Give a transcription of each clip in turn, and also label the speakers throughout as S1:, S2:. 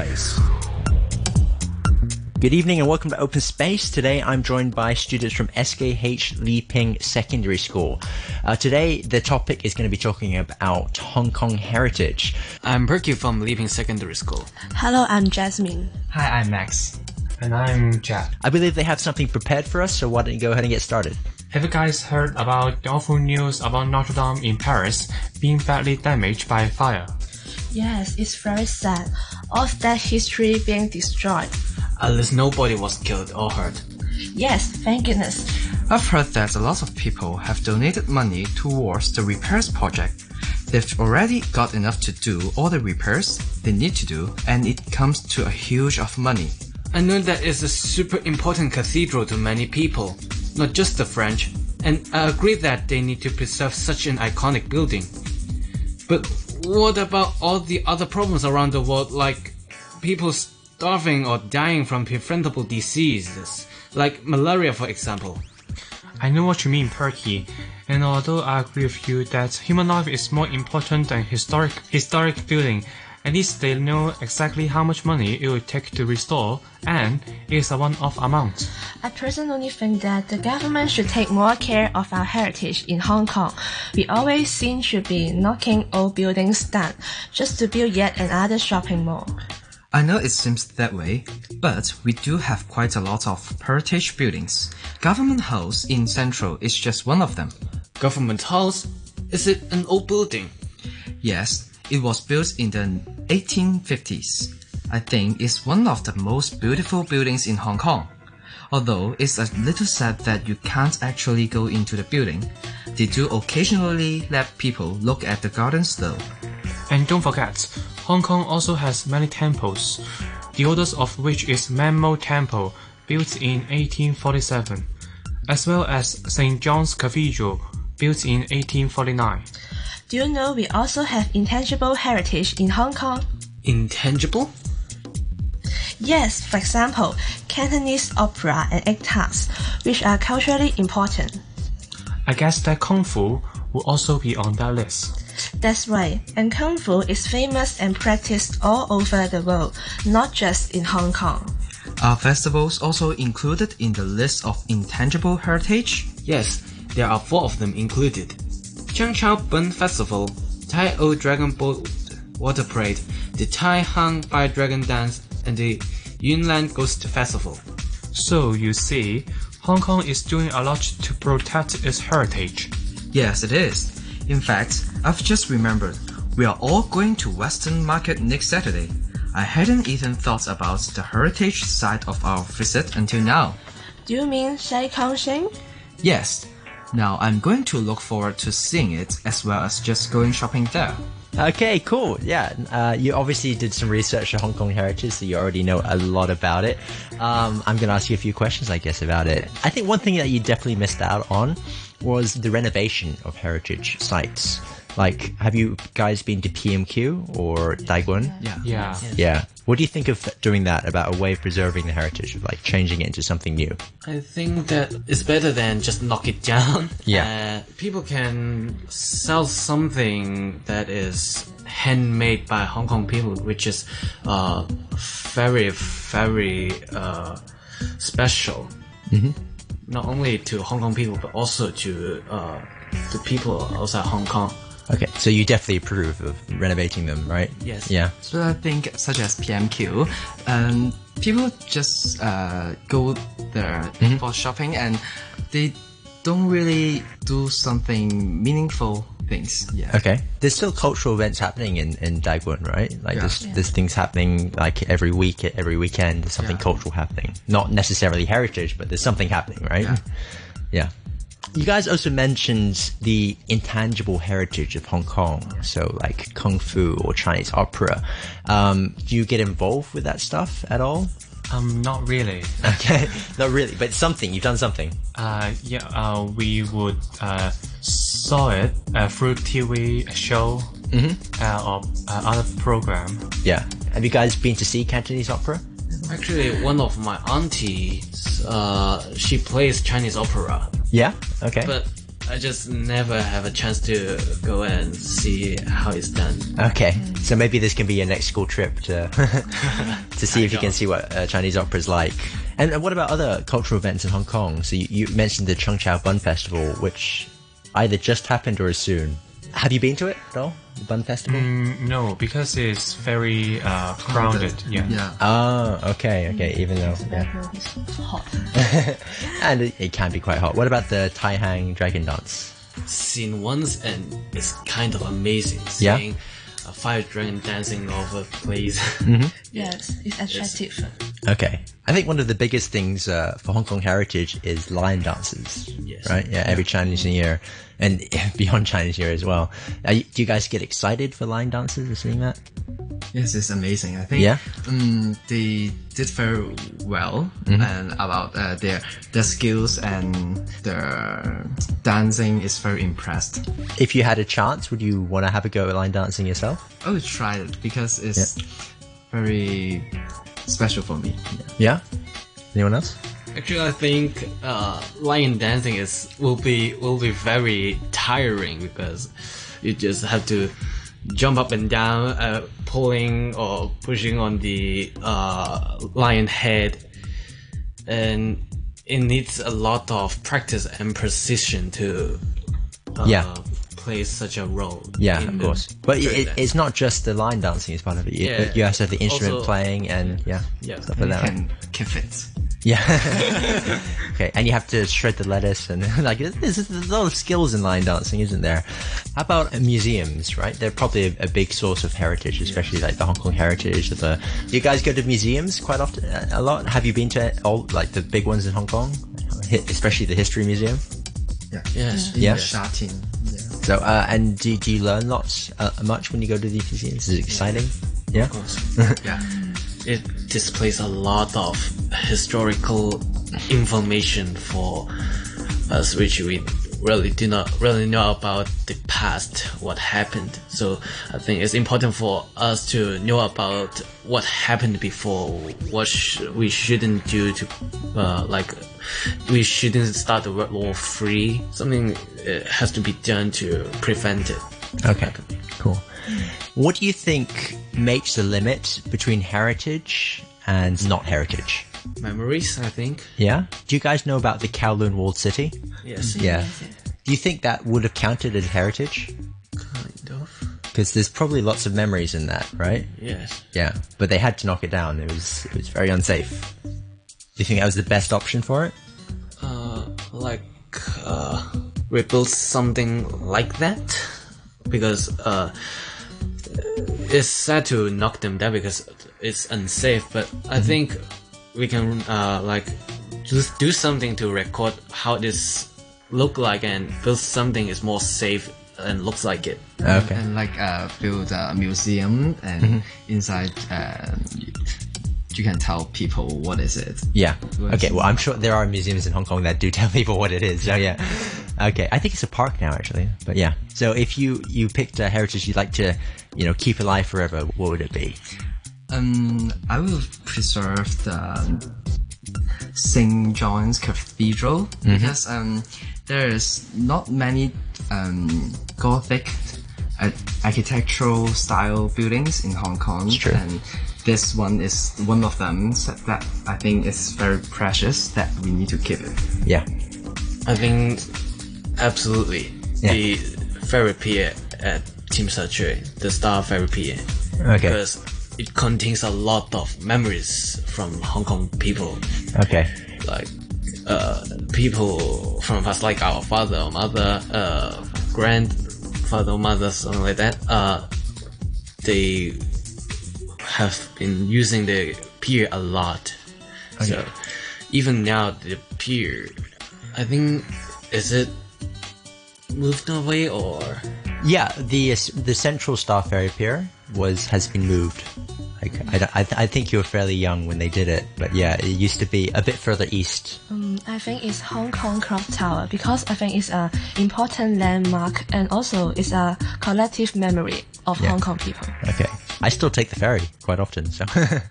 S1: Space. Good evening and welcome to Open Space. Today I'm joined by students from SKH Li Ping Secondary School. Uh, today the topic is going to be talking about Hong Kong heritage.
S2: I'm Perky from Leaping Secondary School.
S3: Hello, I'm Jasmine.
S4: Hi, I'm Max.
S5: And I'm Jack.
S1: I believe they have something prepared for us, so why don't you go ahead and get started?
S5: Have you guys heard about the awful news about Notre Dame in Paris being badly damaged by fire?
S3: Yes, it's very sad. All of that history being destroyed.
S2: At least nobody was killed or hurt.
S3: Yes, thank goodness.
S4: I've heard that a lot of people have donated money towards the repairs project. They've already got enough to do all the repairs they need to do, and it comes to a huge of money.
S2: I know that it's a super important cathedral to many people, not just the French, and I agree that they need to preserve such an iconic building. But what about all the other problems around the world, like people starving or dying from preventable diseases, like malaria, for example?
S5: I know what you mean, Perky. And although I agree with you that human life is more important than historic historic building, at least they know exactly how much money it would take to restore, and it's a one-off amount.
S3: I personally think that the government should take more care of our heritage in Hong Kong. We always seem to be knocking old buildings down just to build yet another shopping mall.
S4: I know it seems that way, but we do have quite a lot of heritage buildings. Government House in Central is just one of them.
S2: Government House? Is it an old building?
S4: Yes, it was built in the 1850s. I think it's one of the most beautiful buildings in Hong Kong. Although it's a little sad that you can't actually go into the building, they do occasionally let people look at the gardens though.
S5: And don't forget, Hong Kong also has many temples, the oldest of which is Mammo Temple, built in 1847, as well as St. John's Cathedral, built in 1849.
S3: Do you know we also have intangible heritage in Hong Kong?
S2: Intangible?
S3: Yes, for example, Cantonese opera and egg tarts, which are culturally important.
S5: I guess that Kung Fu will also be on that list.
S3: That's right, and Kung Fu is famous and practiced all over the world, not just in Hong Kong.
S4: Are festivals also included in the list of intangible heritage?
S2: Yes, there are four of them included. Changchao Bun Festival, Tai O Dragon Boat Water Parade, the Tai Hang Bai Dragon Dance, and the Yunnan Ghost Festival.
S5: So you see, Hong Kong is doing a lot to protect its heritage.
S4: Yes, it is. In fact, I've just remembered we are all going to Western Market next Saturday. I hadn't even thought about the heritage side of our visit until now.
S3: Do you mean Shai Kong Sheng?
S4: Yes, now I'm going to look forward to seeing it as well as just going shopping there.
S1: Okay, cool. Yeah, uh, you obviously did some research on Hong Kong heritage, so you already know a lot about it. Um, I'm going to ask you a few questions, I guess, about it. I think one thing that you definitely missed out on was the renovation of heritage sites. Like, have you guys been to PMQ or Daiguan?
S4: Yeah.
S5: Yeah.
S1: Yeah. What do you think of doing that about a way of preserving the heritage, of like changing it into something new?
S2: I think that it's better than just knock it down.
S1: Yeah.
S2: Uh, people can sell something that is handmade by Hong Kong people, which is uh, very, very uh, special. Not only to Hong Kong people, but also to uh, the people outside Hong Kong.
S1: Okay, so you definitely approve of renovating them, right?
S2: Yes.
S1: Yeah.
S4: So I think such as PMQ, um, people just uh, go there for shopping and they don't really do something meaningful things. Yeah.
S1: Okay. There's still cultural events happening in, in Daeguan, right? Like there's, there's things happening like every week, every weekend, there's something cultural happening. Not necessarily heritage, but there's something happening, right?
S4: Yeah.
S1: Yeah. You guys also mentioned the intangible heritage of Hong Kong, so like kung fu or Chinese opera. Um, do you get involved with that stuff at all?
S5: Um, not really.
S1: Okay, not really, but something. You've done something.
S5: Uh, yeah, uh, we would uh, saw it uh, through TV show uh, or uh, other program.
S1: Yeah. Have you guys been to see Cantonese opera?
S2: Actually, one of my aunties, uh, she plays Chinese opera,
S1: Yeah. Okay.
S2: but I just never have a chance to go and see how it's done.
S1: Okay, so maybe this can be your next school trip to to see if you can see what uh, Chinese opera is like. And uh, what about other cultural events in Hong Kong? So you, you mentioned the Chung Chao Bun Festival, which either just happened or is soon. Have you been to it at all? The Bun Festival?
S5: Mm, no, because it's very uh, crowded. Yeah.
S4: Yeah.
S1: Ah, okay, okay. Even though, yeah,
S3: It's hot.
S1: and it, it can be quite hot. What about the Taihang Dragon Dance?
S2: Seen once and it's kind of amazing
S1: Yeah.
S2: seeing a fire dragon dancing all over the place.
S3: Yes, it's attractive.
S1: Okay. I think one of the biggest things uh, for Hong Kong heritage is lion dances.
S2: Yes.
S1: Right? Yeah, every Chinese New Year and beyond Chinese New Year as well. Are you, do you guys get excited for lion dances and seeing that?
S4: Yes, it's amazing. I think
S1: Yeah.
S4: um, they did very well and about uh, their their skills and their dancing is very impressed.
S1: If you had a chance, would you want to have a go at lion dancing yourself?
S4: I would try it because it's very special for me.
S1: Yeah? Anyone else?
S2: Actually, I think uh, lion dancing is will be will be very tiring because you just have to jump up and down, uh, pulling or pushing on the uh, lion head, and it needs a lot of practice and precision to uh,
S1: Yeah.
S2: play such a role.
S1: Yeah,
S2: in
S1: of
S2: the
S1: course. But
S2: dragon
S1: it,
S2: dance.
S1: it's not just the lion dancing is part of it. You,
S2: Yeah.
S1: you also have the instrument
S2: Also-
S1: playing and yeah,
S2: Yeah.
S1: stuff like that. right?
S4: Can keep it.
S1: Yeah. okay, and you have to shred the lettuce and like there's, there's a lot of skills in line dancing, isn't there? How about uh, museums? Right, they're probably a, a big source of heritage, especially like the Hong Kong heritage. Or the do you guys go to museums quite often? uh, A lot. Have you been to all like the big ones in Hong Kong, Hi- especially the history museum?
S4: Yeah.
S2: Yes.
S4: In
S1: Yeah.
S4: Shatin. Yeah.
S1: So, uh, and do, do you learn lots uh, much when you go to these museums? Is it exciting? Yeah.
S4: Yeah.
S2: it displays a lot of historical information for us which we really do not really know about the past what happened so i think it's important for us to know about what happened before what sh- we shouldn't do to uh, like we shouldn't start the world war free something uh, has to be done to prevent it
S1: Okay, cool. What do you think makes the limit between heritage and not heritage?
S2: memories i think
S1: Yeah. Do you guys know about the Kowloon walled city?
S2: yes
S1: Yeah. Do you think that would have counted as heritage?
S2: kind of
S1: Because there's probably lots of memories in that, right?
S2: yes
S1: Yeah. But they had to knock it down. It was it was very unsafe. Do you think that was the best option for it?
S2: like uh, rebuild something like that because uh, it's sad to knock them down because it's unsafe. But I think we can uh, like just do something to record how this look like and build something is more safe and looks like it.
S1: Okay. Mm-hmm.
S4: And like uh, build a museum and inside uh, you, you can tell people what is it.
S1: Yeah. Okay. Well, I'm sure there are museums in Hong Kong that do tell people what it is. So yeah. Okay. I think it's a park now, actually. But yeah. So if you you picked a heritage you'd like to, you know, keep alive forever, what would it be?
S4: Um, I will preserve the St. John's Cathedral because um, there is not many um, Gothic uh, architectural style buildings in Hong Kong,
S1: true.
S4: and this one is one of them so that I think is very precious that we need to keep it.
S1: Yeah.
S2: I think absolutely
S1: Yeah.
S2: the therapy at Team Surgery, the star therapy.
S1: Okay.
S2: Because it contains a lot of memories from Hong Kong people,
S1: Okay.
S2: like uh, people from us, like our father or mother, uh, grandfather or mother, something like that. Uh, they have been using the pier a lot. So even now, the pier, I think, is it moved away or?
S1: Yeah, the the Central Star Ferry Pier was has been moved. Like, I, don't- I, th- I think you were fairly young when they did it, but yeah, it used to be a bit further east.
S3: Um, I think it's Hong Kong Clock Tower because I think it's a important landmark and also it's a collective memory of Hong Kong people.
S1: Okay, I still take the ferry quite often. So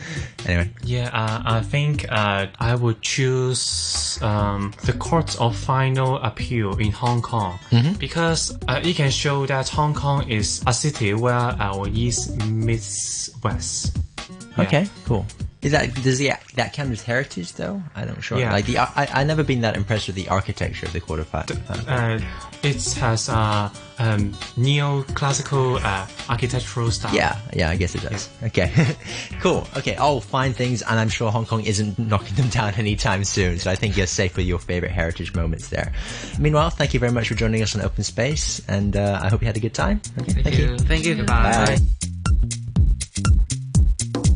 S1: anyway,
S5: Yeah, uh, I think uh, I would choose um, the Court of Final Appeal in Hong Kong because uh, it can show that Hong Kong is a city where our East meets West. Yeah.
S1: okay, cool. Is that does the that count as heritage though? I'm not sure.
S5: Yeah.
S1: Like the I I I've never been that impressed with the architecture of the quarter part.
S5: Uh, it has a um, neoclassical uh, architectural style.
S1: Yeah, yeah, I guess it does. Okay, cool. Okay, I'll find things, and I'm sure Hong Kong isn't knocking them down anytime soon. So I think you're safe with your favorite heritage moments there. Meanwhile, thank you very much for joining us on Open Space, and uh, I hope you had a good time. Okay, thank, you.
S4: Thank you.
S1: Bye.